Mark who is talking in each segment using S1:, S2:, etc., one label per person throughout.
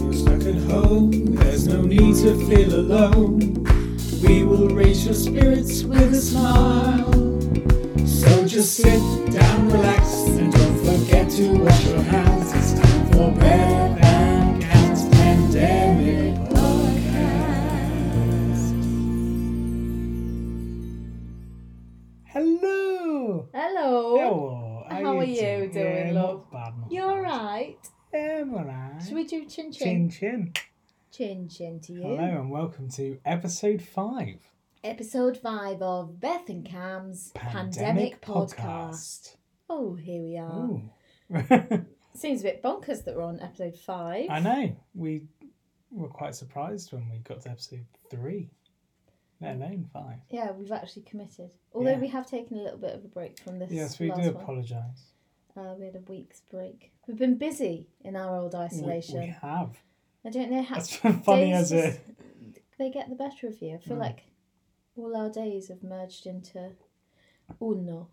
S1: and home. There's no need to feel alone. We will raise your spirits with a smile. So just sit down, relax, and don't forget to wash your hands. It's time for Bear Than Cats Pandemic Podcast. Hello.
S2: Hello.
S1: Hello.
S2: How are you
S1: Yeah,
S2: doing,
S1: not
S2: love?
S1: bad, not bad.
S2: You're right.
S1: Yeah, I'm alright.
S2: Should we do chin
S1: Chin
S2: chin?
S1: chin.
S2: Chin chin to you.
S1: Hello and welcome to episode five.
S2: Episode five of Beth and Cam's Pandemic, Podcast. Oh, here we are.
S1: Ooh.
S2: Seems a bit bonkers that we're on episode five.
S1: I know. We were quite surprised when we got to episode three, let alone five.
S2: Yeah, we've actually committed. Although
S1: Yeah.
S2: we have taken a little bit of a break from this.
S1: Yes, we
S2: last
S1: do
S2: one.
S1: apologise.
S2: Uh, we had a week's break. We've been busy in our old
S1: We,
S2: isolation. Ah,
S1: we have.
S2: I don't know how
S1: That's funny as
S2: days
S1: it.
S2: just- They get the better of you. I feel
S1: Mm.
S2: like all our days have merged into uno.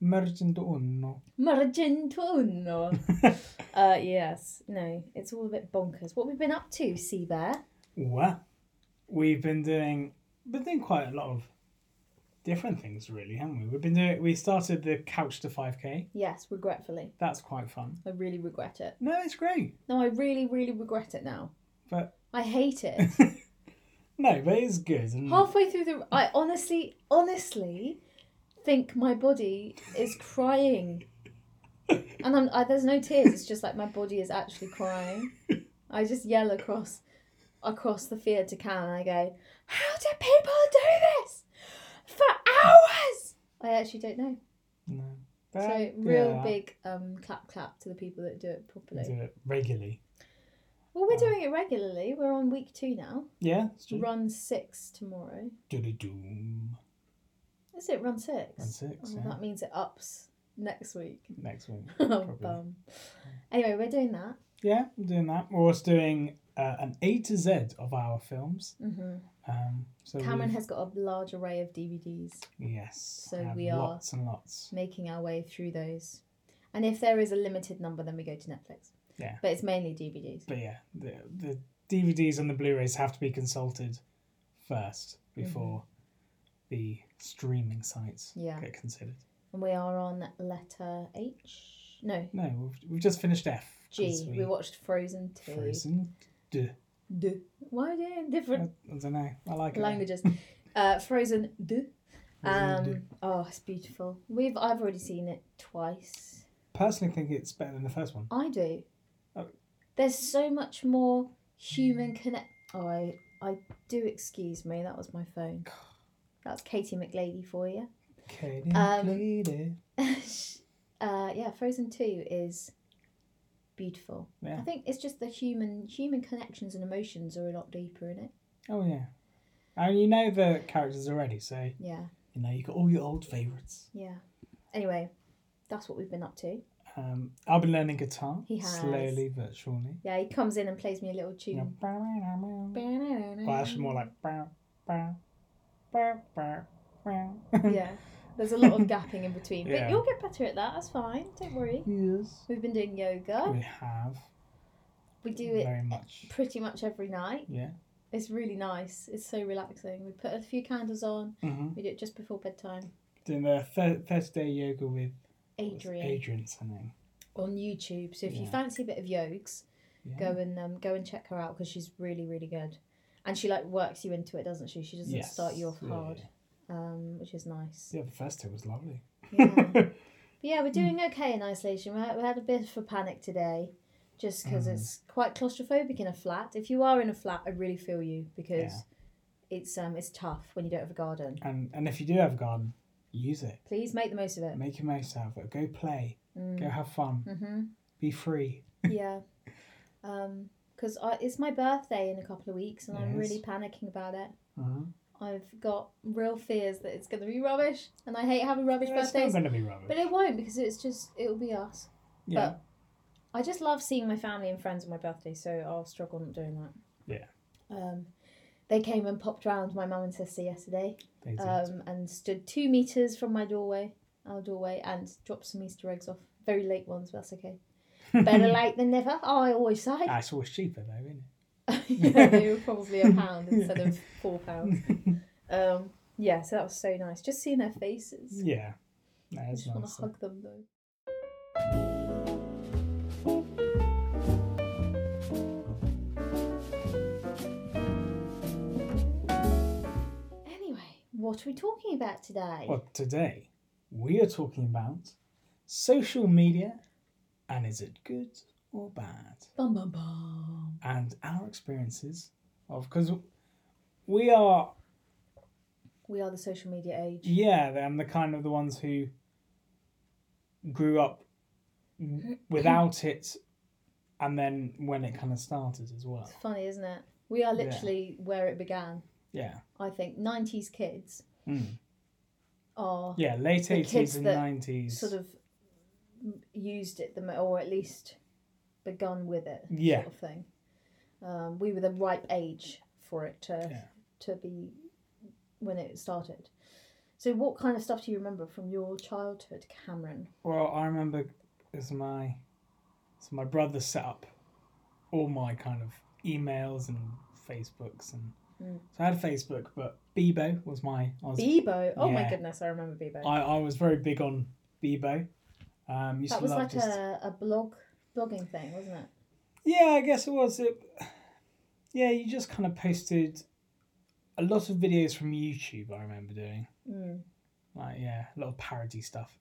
S1: Merged into uno.
S2: Margin uno. uh, yes. No, it's all a bit bonkers. What we've been up to, Sea Bear?
S1: Well, we've been doing, been doing quite a lot of different things, really, haven't we? We've been doing. We started the couch to five k.
S2: Yes, regretfully.
S1: That's quite fun.
S2: I really regret it.
S1: No, it's great,
S2: No, I really, really regret it now.
S1: but
S2: I hate it.
S1: no, but it's good. And
S2: Halfway through the, I honestly, honestly, think my body is crying, and I'm I, there's no tears. It's just like my body is actually crying. I just yell across, across the field to Cam, and I go, "How do people do this for hours?" I actually don't know.
S1: no,
S2: So
S1: But,
S2: real
S1: yeah,
S2: big um clap clap to the people that do it
S1: we Do
S2: properly.
S1: it regularly.
S2: Well, we're doing it regularly. We're on week two now.
S1: Yeah. it's true.
S2: Run six tomorrow.
S1: Doody doom.
S2: Is it run six?
S1: Run six,
S2: Oh,
S1: yeah.
S2: That means it ups next week.
S1: Next week.
S2: Oh, bum. Anyway, we're doing that.
S1: Yeah, I'm doing that. We're also doing uh, an A to Z of our films.
S2: hmm
S1: Um, so
S2: Cameron
S1: we've-
S2: has got a large array of DVDs,
S1: Yes.
S2: so
S1: and
S2: we are-
S1: Lots and lots.
S2: making our way through those. And if there is a limited number, then we go to Netflix.
S1: Yeah.
S2: But it's mainly DVDs.
S1: But yeah, the, the DVDs and the Blu rays have to be consulted first before the streaming sites
S2: Mm-hmm. Yeah.
S1: get considered.
S2: And we are on letter H. No,
S1: No, we've, we've just finished F. 'cause
S2: G. We watched Frozen 2.
S1: Frozen. D.
S2: D. Why are they in
S1: I,
S2: different
S1: don't know. I like it.
S2: languages? uh, Frozen D.
S1: Frozen D.
S2: Um, oh, it's beautiful. We've I've already seen it twice.
S1: Personally, think it's better than the first one.
S2: I do.
S1: Oh. Mm.
S2: There's so much more human connect. Oh, I, I do excuse me. That was my phone. That's Katie McLady for you.
S1: Katie,
S2: Um,
S1: lady.
S2: uh, yeah, Frozen Two is beautiful.
S1: Yeah.
S2: I think it's just the human human connections and emotions are a lot deeper in it.
S1: Oh yeah, and you know the characters already, so
S2: Yeah,
S1: you know you got all your old favourites.
S2: yeah. Anyway, that's what we've been up to.
S1: Um, I've been learning guitar
S2: He has.
S1: slowly but surely.
S2: Yeah, he comes in and plays me a little
S1: You know,
S2: tune.
S1: bow, wow, wow, wow. well, actually more like bow, bow, bow, bow, bow.
S2: yeah. There's a lot of gapping in between, but
S1: Yeah.
S2: you'll get better at that. That's fine. Don't worry.
S1: yes,
S2: We've been doing yoga.
S1: we have
S2: We do it
S1: very much.
S2: pretty much every night.
S1: Yeah.
S2: It's really nice. It's so relaxing. We put a few candles on.
S1: Mm-hmm.
S2: We do it just before bedtime.
S1: Doing the thir- thirty day yoga with what's-
S2: Adrian
S1: Adrian's her name.
S2: on YouTube. So if you
S1: Yeah.
S2: fancy a bit of yogs,
S1: Yeah.
S2: go and um, go and check her out because she's really really good. And she like works you into it, doesn't she? She doesn't
S1: Yes,
S2: start you off
S1: yeah,
S2: hard,
S1: yeah.
S2: um, which is nice.
S1: Yeah, the first day was lovely.
S2: Yeah. But yeah, we're
S1: Hmm.
S2: doing okay in isolation. We had, we had a bit of a panic today just because
S1: Mm.
S2: it's quite claustrophobic in a flat. If you are in a flat, I really feel you because
S1: Yeah.
S2: it's um it's tough when you don't have a garden.
S1: and and if you do have a garden, use it.
S2: Please make the most of it. Mm.
S1: Make your most out of it. Go play. Go have fun.
S2: Mm-hmm.
S1: Be free.
S2: yeah. Um, because it's my birthday in a couple of weeks and I'm
S1: Yes.
S2: really panicking about it.
S1: Mm-hmm.
S2: I've got real fears that it's going to be rubbish and I hate having rubbish
S1: It's not
S2: birthdays.
S1: going to be rubbish.
S2: But it won't because it's just, it'll be us.
S1: yeah.
S2: I just love seeing my family and friends on my birthday, so I'll struggle not doing that.
S1: Yeah.
S2: Um, they came and popped round my mum and sister yesterday,
S1: They did.
S2: um, and stood two meters from my doorway, our doorway, and dropped some Easter eggs off. Very late ones, but that's okay. Better late than never. I always say.
S1: Ah. That's always cheaper though, isn't it?
S2: yeah, they were probably a pound instead of four pounds. Um, yeah, so that was so nice. Just seeing their faces.
S1: Yeah. Nah,
S2: I
S1: it's
S2: just want
S1: nice.
S2: to hug them though. Anyway, what are we talking about today?
S1: Well, today we are talking about social media and is it good or bad?
S2: Bum bum bum.
S1: And our experiences of because we are
S2: We are the social media age.
S1: yeah, I'm the kind of the ones who grew up w- without it, and then when it kind of started as well.
S2: It's funny, isn't it? We are
S1: Yeah.
S2: literally where it began.
S1: Yeah,
S2: I think 90s kids
S1: Mm.
S2: are
S1: yeah, late
S2: The
S1: eighties
S2: kids
S1: and
S2: that
S1: nineties.
S2: sort of m- used it the mo- or at least begun with it
S1: Yeah.
S2: sort of thing. Um, we were the ripe age for it to
S1: Yeah.
S2: to be when it started. So what kind of stuff do you remember from your childhood, Cameron?
S1: Well, I remember as my so my brother set up all my kind of emails and Facebooks and
S2: Mm.
S1: so I had Facebook, but Bebo was my I was
S2: Bebo. Oh my
S1: yeah.
S2: goodness, I remember Bebo.
S1: I, I was very big on Bebo. Um, used
S2: that
S1: to
S2: was
S1: love
S2: like
S1: just,
S2: a, a blog blogging thing, wasn't it?
S1: Yeah, I guess it was. It, yeah, you just kind of posted a lot of videos from YouTube. I remember doing
S2: Mm,
S1: like yeah, a lot of parody stuff.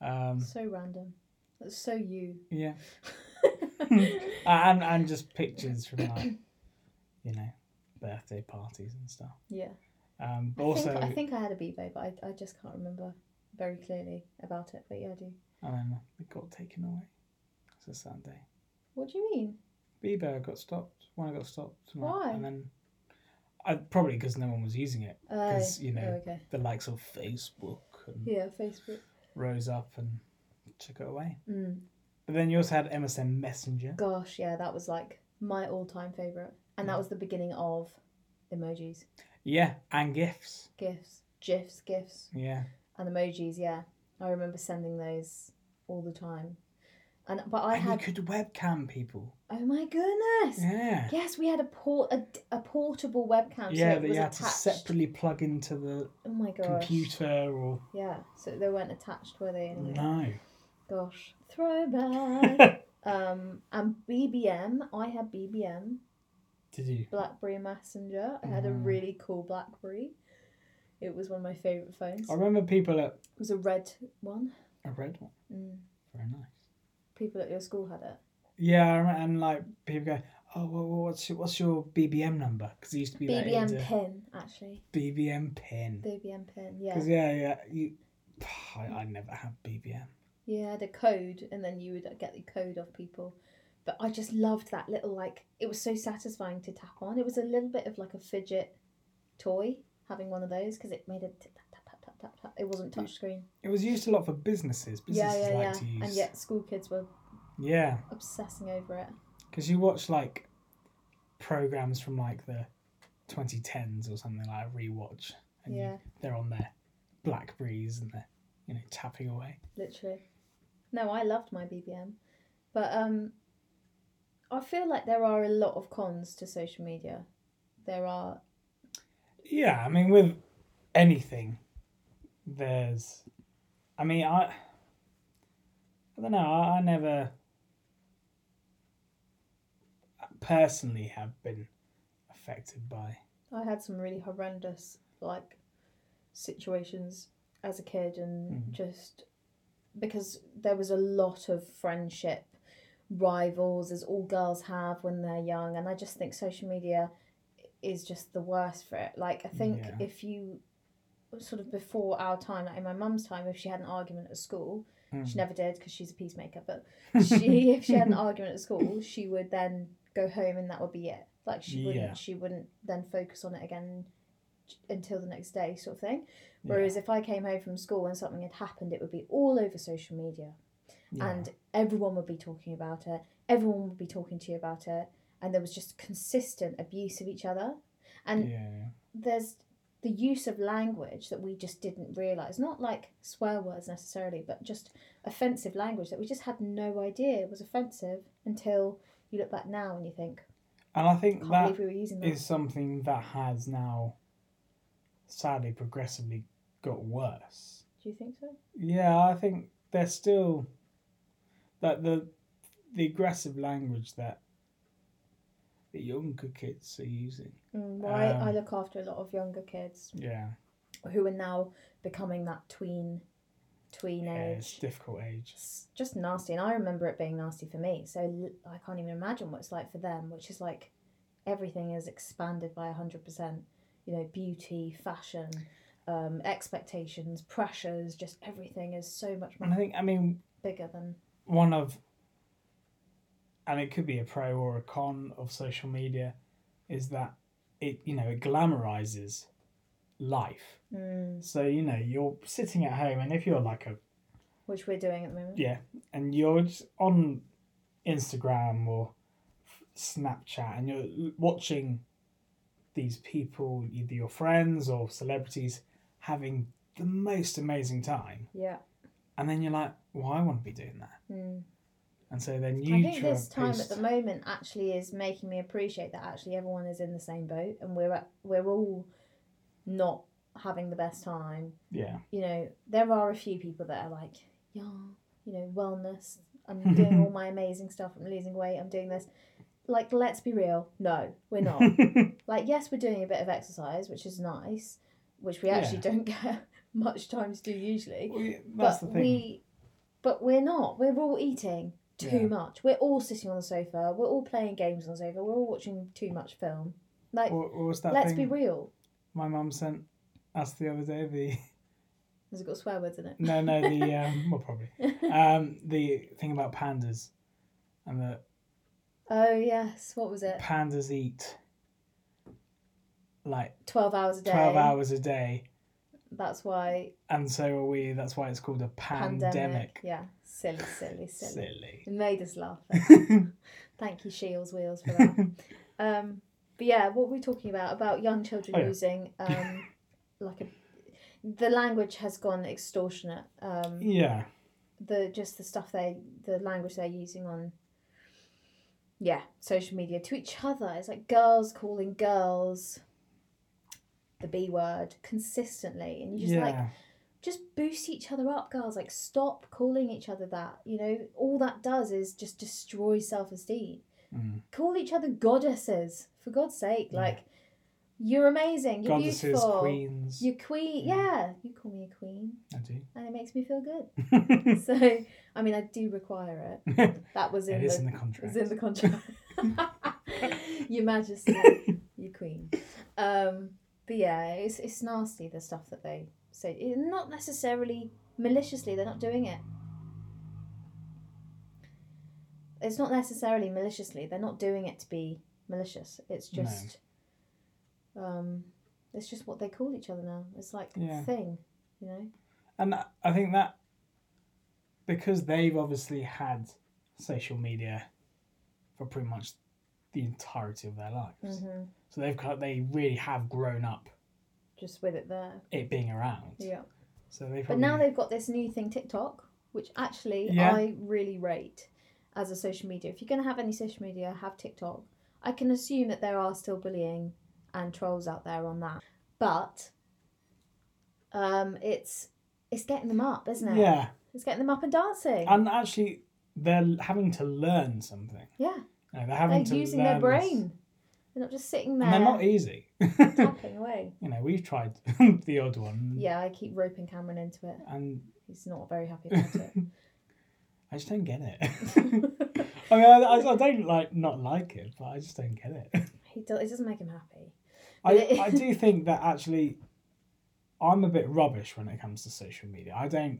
S1: Um,
S2: so random. That's so you.
S1: yeah, and and just pictures from like you know birthday parties and stuff.
S2: yeah.
S1: Um, but
S2: I
S1: also,
S2: think,
S1: I,
S2: I think I had a Bebo, but I, I just can't remember very clearly about it. But yeah, I do.
S1: mean, it got taken away. It's a sad day.
S2: What do you mean?
S1: Bebo got stopped. When I got stopped, and I-
S2: Why?
S1: And then, I probably because no one was using it.
S2: Oh,
S1: 'Cause, you know-
S2: oh, okay.
S1: The likes of Facebook and
S2: Yeah, Facebook.
S1: rose up and took it away.
S2: Mm.
S1: But then you also had MSN Messenger.
S2: Gosh, yeah, that was like my all-time favorite, and
S1: Mm.
S2: that was the beginning of emojis,
S1: Yeah, and GIFs.
S2: gifs, gifs, gifs,
S1: Yeah.
S2: and emojis. Yeah, I remember sending those all the time, and but I
S1: and
S2: had.
S1: you could webcam people.
S2: Oh my goodness.
S1: Yeah.
S2: Yes, we had a port a, a portable webcam.
S1: Yeah,
S2: so it
S1: that
S2: was
S1: you had to
S2: attached.
S1: separately plug into the
S2: Oh my gosh.
S1: computer or
S2: Yeah, so they weren't attached, were they? anyway?
S1: no.
S2: Gosh, throwback. um, and BBM. I had BBM,
S1: Did you?
S2: BlackBerry Messenger. I had a
S1: Mm.
S2: really cool BlackBerry. It was one of my favourite phones.
S1: I
S2: It
S1: remember people at
S2: was a red one.
S1: a red one.
S2: Mm.
S1: Very nice.
S2: People at your school had it.
S1: Yeah, I remember, and like people go, oh, well, well, what's your, what's your BBM number? Because it used to be that
S2: BBM
S1: into
S2: pin, actually.
S1: BBM pin.
S2: BBM pin. Yeah.
S1: Because yeah, yeah, you, I, I never had BBM.
S2: Yeah, the code, and then you would get the code off people. But I just loved that little like. It was so satisfying to tap on. It was a little bit of like a fidget toy having one of those because it made a tap tap tap tap tap tap. It wasn't touchscreen.
S1: It was used a lot for businesses.
S2: Yeah,
S1: Businesses
S2: yeah,
S1: like
S2: yeah.
S1: to use.
S2: And yet school kids were
S1: Yeah,
S2: obsessing over it.
S1: because you watch like programs from like the 2010s or something like a rewatch, and you-
S2: Yeah,
S1: they're on their Blackberries and they're you know tapping away.
S2: literally. No, I loved my BBM, but um, I feel like there are a lot of cons to social media. There are
S1: Yeah, I mean with anything, there's, I mean I, I don't know. I, I never personally have been affected by
S2: I had some really horrendous like situations as a kid and
S1: Mhm.
S2: just because there was a lot of friendship rivals as all girls have when they're young and I just think social media is just the worst for it. Like I think
S1: Yeah.
S2: if you sort of before our time like in my mum's time if she had an argument at school
S1: hmm, Mm-hmm.
S2: she never did because she's a peacemaker but she if she had an argument at school, she would then go home and that would be it. Like she wouldn't
S1: Yeah.
S2: she wouldn't then focus on it again until the next day sort of thing.
S1: Yeah,
S2: Whereas if I came home from school and something had happened, it would be all over social media
S1: yeah.
S2: and everyone would be talking about it. Everyone would be talking to you about it and there was just consistent abuse of each other. And
S1: yeah.
S2: there's the use of language that we just didn't realize not like swear words necessarily but just offensive language that we just had no idea was offensive until you look back now and you think
S1: And I think
S2: Can't
S1: that
S2: believe we were using that.
S1: is something that has now sadly progressively got worse.
S2: Do you think so?
S1: Yeah, I think they're still that the the aggressive language that the younger kids are using.
S2: Mm, why I
S1: Um,
S2: look after a lot of younger kids
S1: Yeah.
S2: who are now becoming that tween, tween
S1: yeah
S2: age.
S1: it's a difficult age.
S2: it's just nasty and i remember it being nasty for me so l- i can't even imagine what it's like for them which is like everything is expanded by 100% you know beauty fashion um, expectations pressures just everything is so much
S1: And I
S2: more
S1: think I mean
S2: bigger than
S1: one of and it could be a pro or a con of social media is that it you know it glamorizes life
S2: mm,
S1: so you know you're sitting at home and if you're like a
S2: which we're doing at the moment
S1: yeah and you're just on instagram or snapchat and you're l- watching these people either your friends or celebrities having the most amazing time
S2: yeah
S1: and then you're like well i want to be doing that
S2: mm.
S1: and so then you
S2: i think
S1: try
S2: this
S1: and
S2: time
S1: post-
S2: at the moment actually is making me appreciate that actually everyone is in the same boat and we're at, we're all not having the best time
S1: yeah
S2: you know, there are a few people that are like, yeah, you know, wellness. I'm doing all my amazing stuff. I'm losing weight. I'm doing this. Like, let's be real. No, we're not. like, yes, we're doing a bit of exercise, which is nice, which we actually don't get much time to do usually.
S1: Well, yeah, that's
S2: but
S1: the thing.
S2: we, but we're not. We're all eating too
S1: Yeah.
S2: much. We're all sitting on the sofa. We're all playing games on the sofa. We're all watching too much film. Like,
S1: what, what was that
S2: let's be
S1: thing
S2: real.
S1: my mum sent us the other day? The
S2: Has it got swear words in it?
S1: no, no, the um, well, probably um, the thing about pandas and that
S2: Oh yes. What was it?
S1: pandas eat like
S2: 12 hours a day.
S1: twelve hours a day,
S2: That's why
S1: and so are we. That's why it's called a
S2: pandemic.
S1: pandemic.
S2: Yeah, silly, silly, silly.
S1: Silly.
S2: It made us laugh. Thank you, Shields Wheels, for that. um, but yeah, what were we talking about? About young children
S1: Oh, yeah.
S2: using um, like a. The language has gone extortionate. Um,
S1: yeah,
S2: the just the stuff they the language they're using on yeah social media to each other it's like girls calling girls the b word consistently and you just
S1: yeah.
S2: like just boost each other up, girls. Like, stop calling each other that. You know, all that does is just destroy self esteem.
S1: Mm.
S2: Call each other goddesses, for God's sake.
S1: Yeah.
S2: Like, you're amazing. You're
S1: Goddesses,
S2: beautiful.
S1: queens.
S2: You're queen.
S1: Yeah.
S2: Yeah. you call me a queen,
S1: I do.
S2: and it makes me feel good. so, I mean, I do require it. That was in
S1: it is in
S2: the,
S1: the contract.
S2: is in the contract. your Majesty, your Queen. Um, but yeah, it's it's nasty the stuff that they say. It- Not necessarily maliciously. They're not doing it. It's not necessarily maliciously. They're not doing it to be malicious. It's
S1: No.
S2: just, um, it's just what they call each other now. It's like
S1: Yeah.
S2: a thing, you know.
S1: And I- I think that because they've obviously had social media for pretty much the entirety of their lives,
S2: Mm-hmm.
S1: so they've kind of- they really have grown up
S2: Just with it there.
S1: it being around.
S2: Yeah.
S1: So they
S2: But
S1: probably
S2: now they've got this new thing, TikTok, which actually
S1: Yeah.
S2: I really rate as a social media. If you're going to have any social media, have TikTok. I can assume that there are still bullying and trolls out there on that, but um, it's it's getting them up, isn't it?
S1: yeah,
S2: It's getting them up and dancing.
S1: and actually they're having to learn something.
S2: yeah,
S1: You know, they're
S2: they're
S1: having to
S2: using their
S1: learn this-
S2: brain. They're not just sitting there
S1: and they're not easy.
S2: tapping away.
S1: you know, we've tried the odd one.
S2: Yeah, I keep roping Cameron into it.
S1: And
S2: He's not very happy about it.
S1: I just don't get it. I mean, I, I, I don't like not like it, but I just don't get it.
S2: He do- it doesn't make him happy.
S1: I, I do think that actually I'm a bit rubbish when it comes to social media. I don't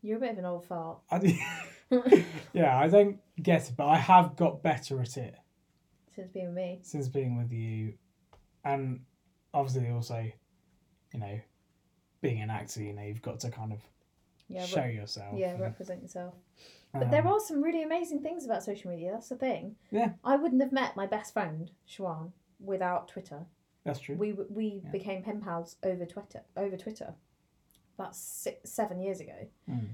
S2: You're a bit of an old fart.
S1: I do, yeah, I don't get it, but I have got better at it
S2: since being with me.
S1: since being with you and obviously also, you know, being an actor, you know, you've got to kind of
S2: Yeah,
S1: show
S2: re-
S1: yourself.
S2: yeah,
S1: and,
S2: represent yourself. But there
S1: um,
S2: are some really amazing things about social media. That's the thing.
S1: Yeah.
S2: I wouldn't have met my best friend Shwan without Twitter.
S1: that's true.
S2: We w- we
S1: Yeah.
S2: became pen pals over Twitter over Twitter, about six, seven years ago,
S1: Mm.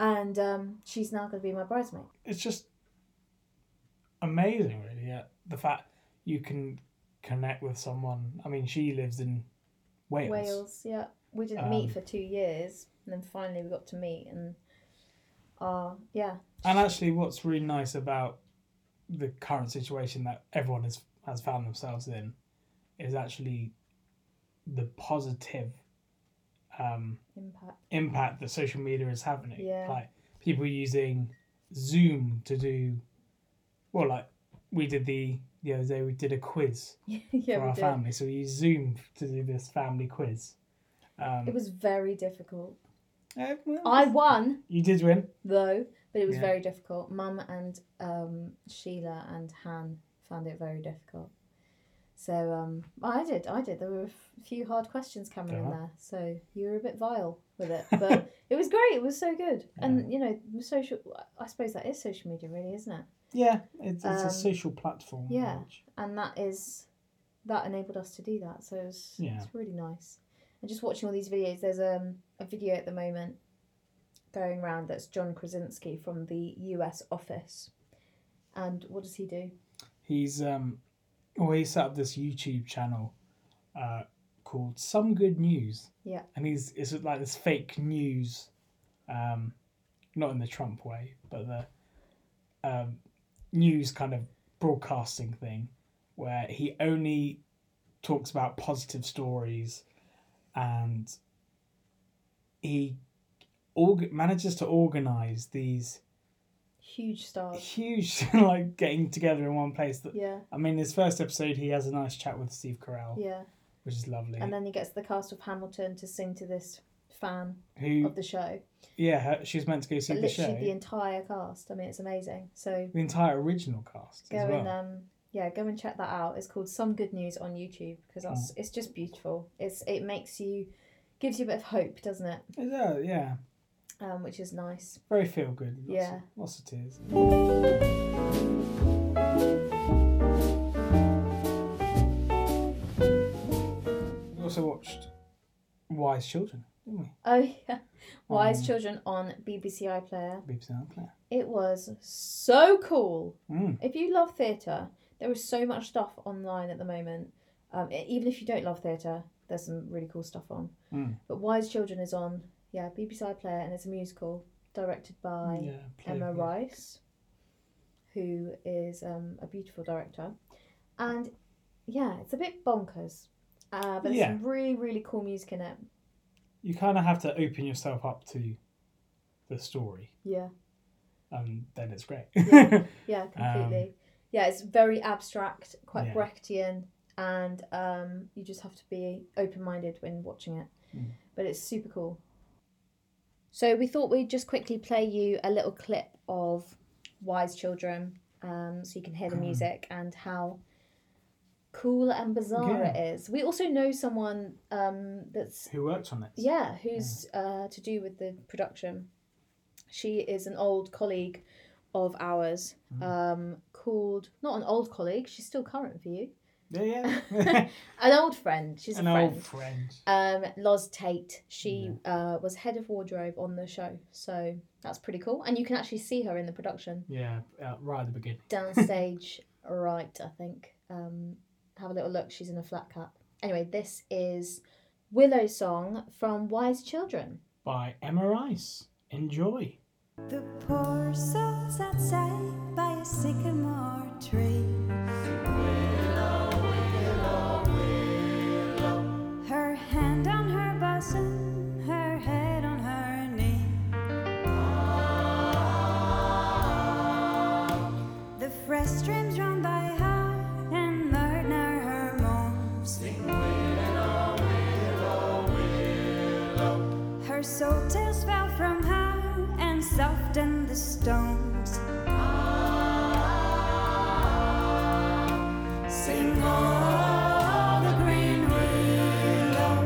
S2: and um, she's now going to be my bridesmaid.
S1: It's just amazing, really. Yeah, the fact you can connect with someone. I mean, she lives in Wales.
S2: Wales, yeah. We didn't meet
S1: Um,
S2: for two years, and then finally we got to meet, and uh, yeah,
S1: And actually, what's really nice about the current situation that everyone has has found themselves in is actually the positive um,
S2: impact.
S1: impact that social media is having.
S2: Yeah.
S1: Like people using Zoom to do, well, like we did the the other day, we did a quiz
S2: yeah,
S1: for
S2: we
S1: our
S2: did.
S1: family. So we used Zoom to do this family quiz. Um,
S2: It was very difficult.
S1: eh, well,
S2: I won
S1: you did win.
S2: though, but it was
S1: Yeah.
S2: very difficult. Mum and um, Sheila and Han found it very difficult. So um, I did, I did. There were a f- few hard questions coming in
S1: Yeah.
S2: there, so you were a bit vile with it, but it was great. It was so good, and you know, social. I suppose that is social media, really, isn't it?
S1: Yeah, it's, it's
S2: Um,
S1: a social platform.
S2: yeah.
S1: which-
S2: and that is that enabled us to do that so it was,
S1: Yeah.
S2: it's really nice and just watching all these videos there's um, a video at the moment going around that's john krasinski from the us office and what does he do
S1: he's um well he set up this youtube channel uh called some good news
S2: Yeah.
S1: and he's it's like this fake news um not in the trump way but the um news kind of broadcasting thing where he only talks about positive stories and he org- manages to organize these
S2: huge stars
S1: huge like getting together in one place that
S2: yeah
S1: I mean, his first episode, he has a nice chat with Steve Carell,
S2: yeah
S1: which is lovely.
S2: and then he gets the cast of hamilton to sing to this fan
S1: Who,
S2: of the show
S1: yeah, her, she was meant to go see
S2: but
S1: the show.
S2: literally the entire cast i mean it's amazing so
S1: The entire original cast
S2: go
S1: as well.
S2: and um yeah go and check that out it's called some good news on youtube because that's
S1: Mm.
S2: it's just beautiful it's it makes you gives you a bit of hope doesn't it
S1: Yeah, yeah,
S2: um which is nice
S1: very feel good. Lots
S2: Yeah.
S1: of, lots of tears. We also watched Wise Children, didn't we?
S2: oh yeah wise
S1: Um,
S2: children on bbc iplayer
S1: BBC iPlayer.
S2: it was so cool
S1: Mm.
S2: if you love theatre there is so much stuff online at the moment um, e- even if you don't love theatre there's some really cool stuff on
S1: Mm.
S2: but wise children is on yeah bbc iplayer and it's a musical directed by
S1: Yeah,
S2: Emma
S1: played-
S2: Rice, who is um, a beautiful director. And yeah, it's a bit bonkers, uh, but there's
S1: Yeah.
S2: some really, really cool music in it.
S1: You kind of have to open yourself up to the story,
S2: Yeah,
S1: and then it's great.
S2: Yeah. yeah, completely. yeah, it's very abstract, quite
S1: Um, Yeah.
S2: Brechtian, and um, you just have to be open minded when watching it.
S1: Mm.
S2: But it's super cool. So we thought we'd just quickly play you a little clip of Wise Children um, so you can hear the
S1: Mm.
S2: music and how cool and bizarre it is. We also know someone um, that's,
S1: Who worked on it?
S2: yeah, who's Uh, to do with the production. She is an old colleague of ours
S1: Mm-hmm.
S2: um, called, not an old colleague, she's still current for you,
S1: Yeah, yeah.
S2: an old friend. She's
S1: An
S2: a friend
S1: old friend.
S2: um, Loz Tate. She uh, was head of wardrobe on the show, so that's pretty cool. And you can actually see her in the production
S1: Yeah, uh, right at the beginning.
S2: downstage, right? I think. Um, have a little look. She's in a flat cap. Anyway, this is Willow song from Wise Children.
S1: By Emma Rice. Enjoy.
S3: The poor soul's outside by a sycamore tree. Willow, willow, willow. Her hand on her bosom, her head on her knee. The fresh streams run by her and murder her moans. Her soul tears fell from her and softened the stones. Sing all the green willow,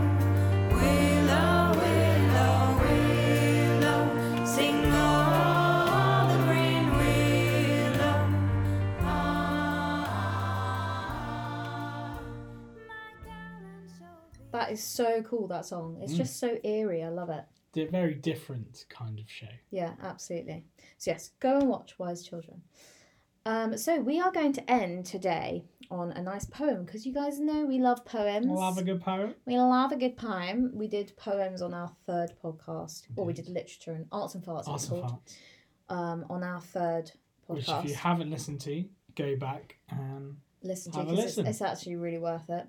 S3: willow, willow, willow. Sing all the green willow. Ah, my darling, so be
S2: That is so cool. That song.
S1: Mm.
S2: It's just so eerie. I love it.
S1: They're very different kind of show.
S2: Yeah, absolutely. So yes, go and watch Wise Children. Um, so we are going to end today on a nice poem because you guys know we love poems.
S1: Love a good poem.
S2: We love a good poem. We did poems on our third podcast, or we did literature and arts and farts. it's
S1: Awesome
S2: called,
S1: farts.
S2: um, on our third
S1: Which,
S2: podcast.
S1: if you haven't listened to, go back and
S2: listen to
S1: have a
S2: because
S1: listen.
S2: It's, it's actually really worth it.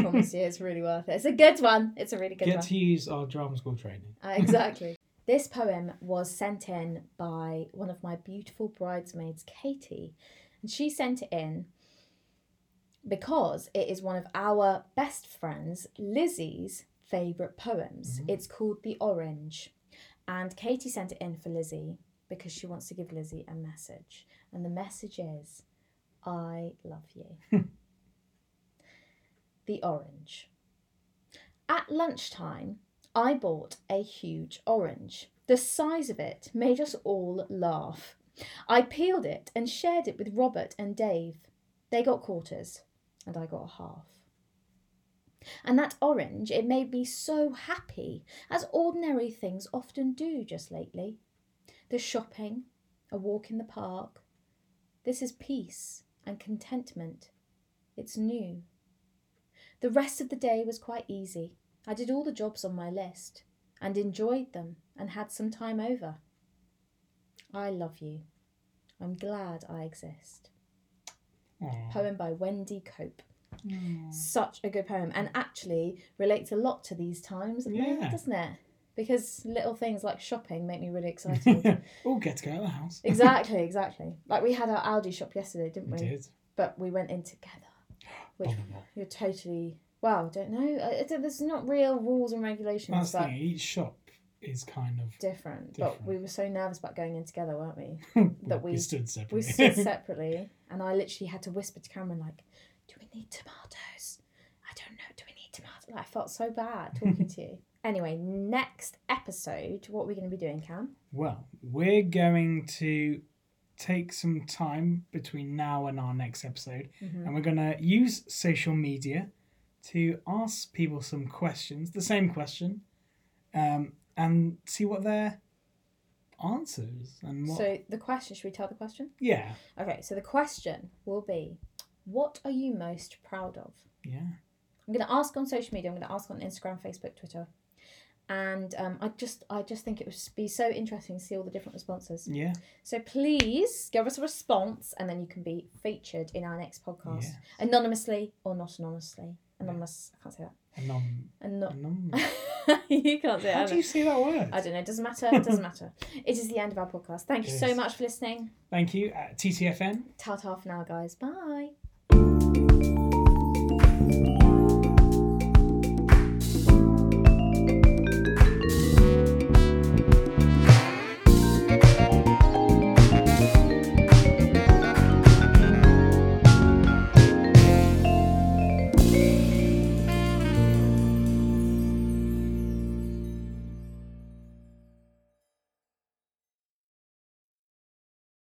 S2: Promise you, it's really worth it. It's a good one. It's a really good
S1: get
S2: one.
S1: to use our drama school training.
S2: Uh, exactly. this poem was sent in by one of my beautiful bridesmaids, Katie, and she sent it in because it is one of our best friends, Lizzie's favourite poems. It's called The Orange, and Katie sent it in for Lizzie because she wants to give Lizzie a message, and the message is, I love you. the Orange. At lunchtime, I bought a huge orange. The size of it made us all laugh. I peeled it and shared it with Robert and Dave. They got quarters, and I got a half. And that orange, it made me so happy, as ordinary things often do just lately. The shopping, a walk in the park. This is peace and contentment. It's new. The rest of the day was quite easy. I did all the jobs on my list and enjoyed them and had some time over. I love you. I'm glad I exist.
S1: Aw.
S2: Poem by Wendy Cope.
S1: Mm.
S2: Such a good poem and actually relates a lot to these times at the moment,
S1: Yeah.
S2: doesn't it? Because little things like shopping make me really excited.
S1: All Oh, get to go out of the house.
S2: exactly, exactly. Like we had our Aldi shop yesterday, didn't
S1: We
S2: we?
S1: did.
S2: But we went in together, which
S1: Bum, bum.
S2: you're totally. Well, don't know. I- I don't- There's not real rules and
S1: That's
S2: regulations.
S1: the
S2: That
S1: thing. Each shop is kind of
S2: different,
S1: Different.
S2: but we were so nervous about going in together, weren't we? That we-
S1: stood separately.
S2: We stood separately, and I literally had to whisper to Cameron like, "Do we need tomatoes? I don't know. Do we need tomatoes?" Like, I felt so bad talking to you. Anyway, next episode, what are we going to be doing, Cam?
S1: Well, we're going to take some time between now and our next episode,
S2: Mm-hmm.
S1: and we're going to use social media to ask people some questions, the same question, um, and see what their answers and what.
S2: So the question. Should we tell the question?
S1: yeah,
S2: Okay. So the question will be, "What are you most proud of?"
S1: yeah.
S2: I'm going to ask on social media. I'm going to ask on Instagram, Facebook, Twitter, and um, I just I just think it would be so interesting to see all the different responses.
S1: Yeah,
S2: So please give us a response, and then you can be featured in our next podcast,
S1: Yes.
S2: anonymously or not anonymously. Anonymous, I can't say that.
S1: anom-
S2: And not
S1: anom-
S2: you can't say
S1: How
S2: that.
S1: do you say that word?
S2: I don't know. It doesn't matter. It doesn't matter. It is the end of our podcast. Thank you
S1: It
S2: so
S1: is.
S2: much for listening.
S1: Thank you, uh, TTFN.
S2: Tart half an hour, guys. Bye.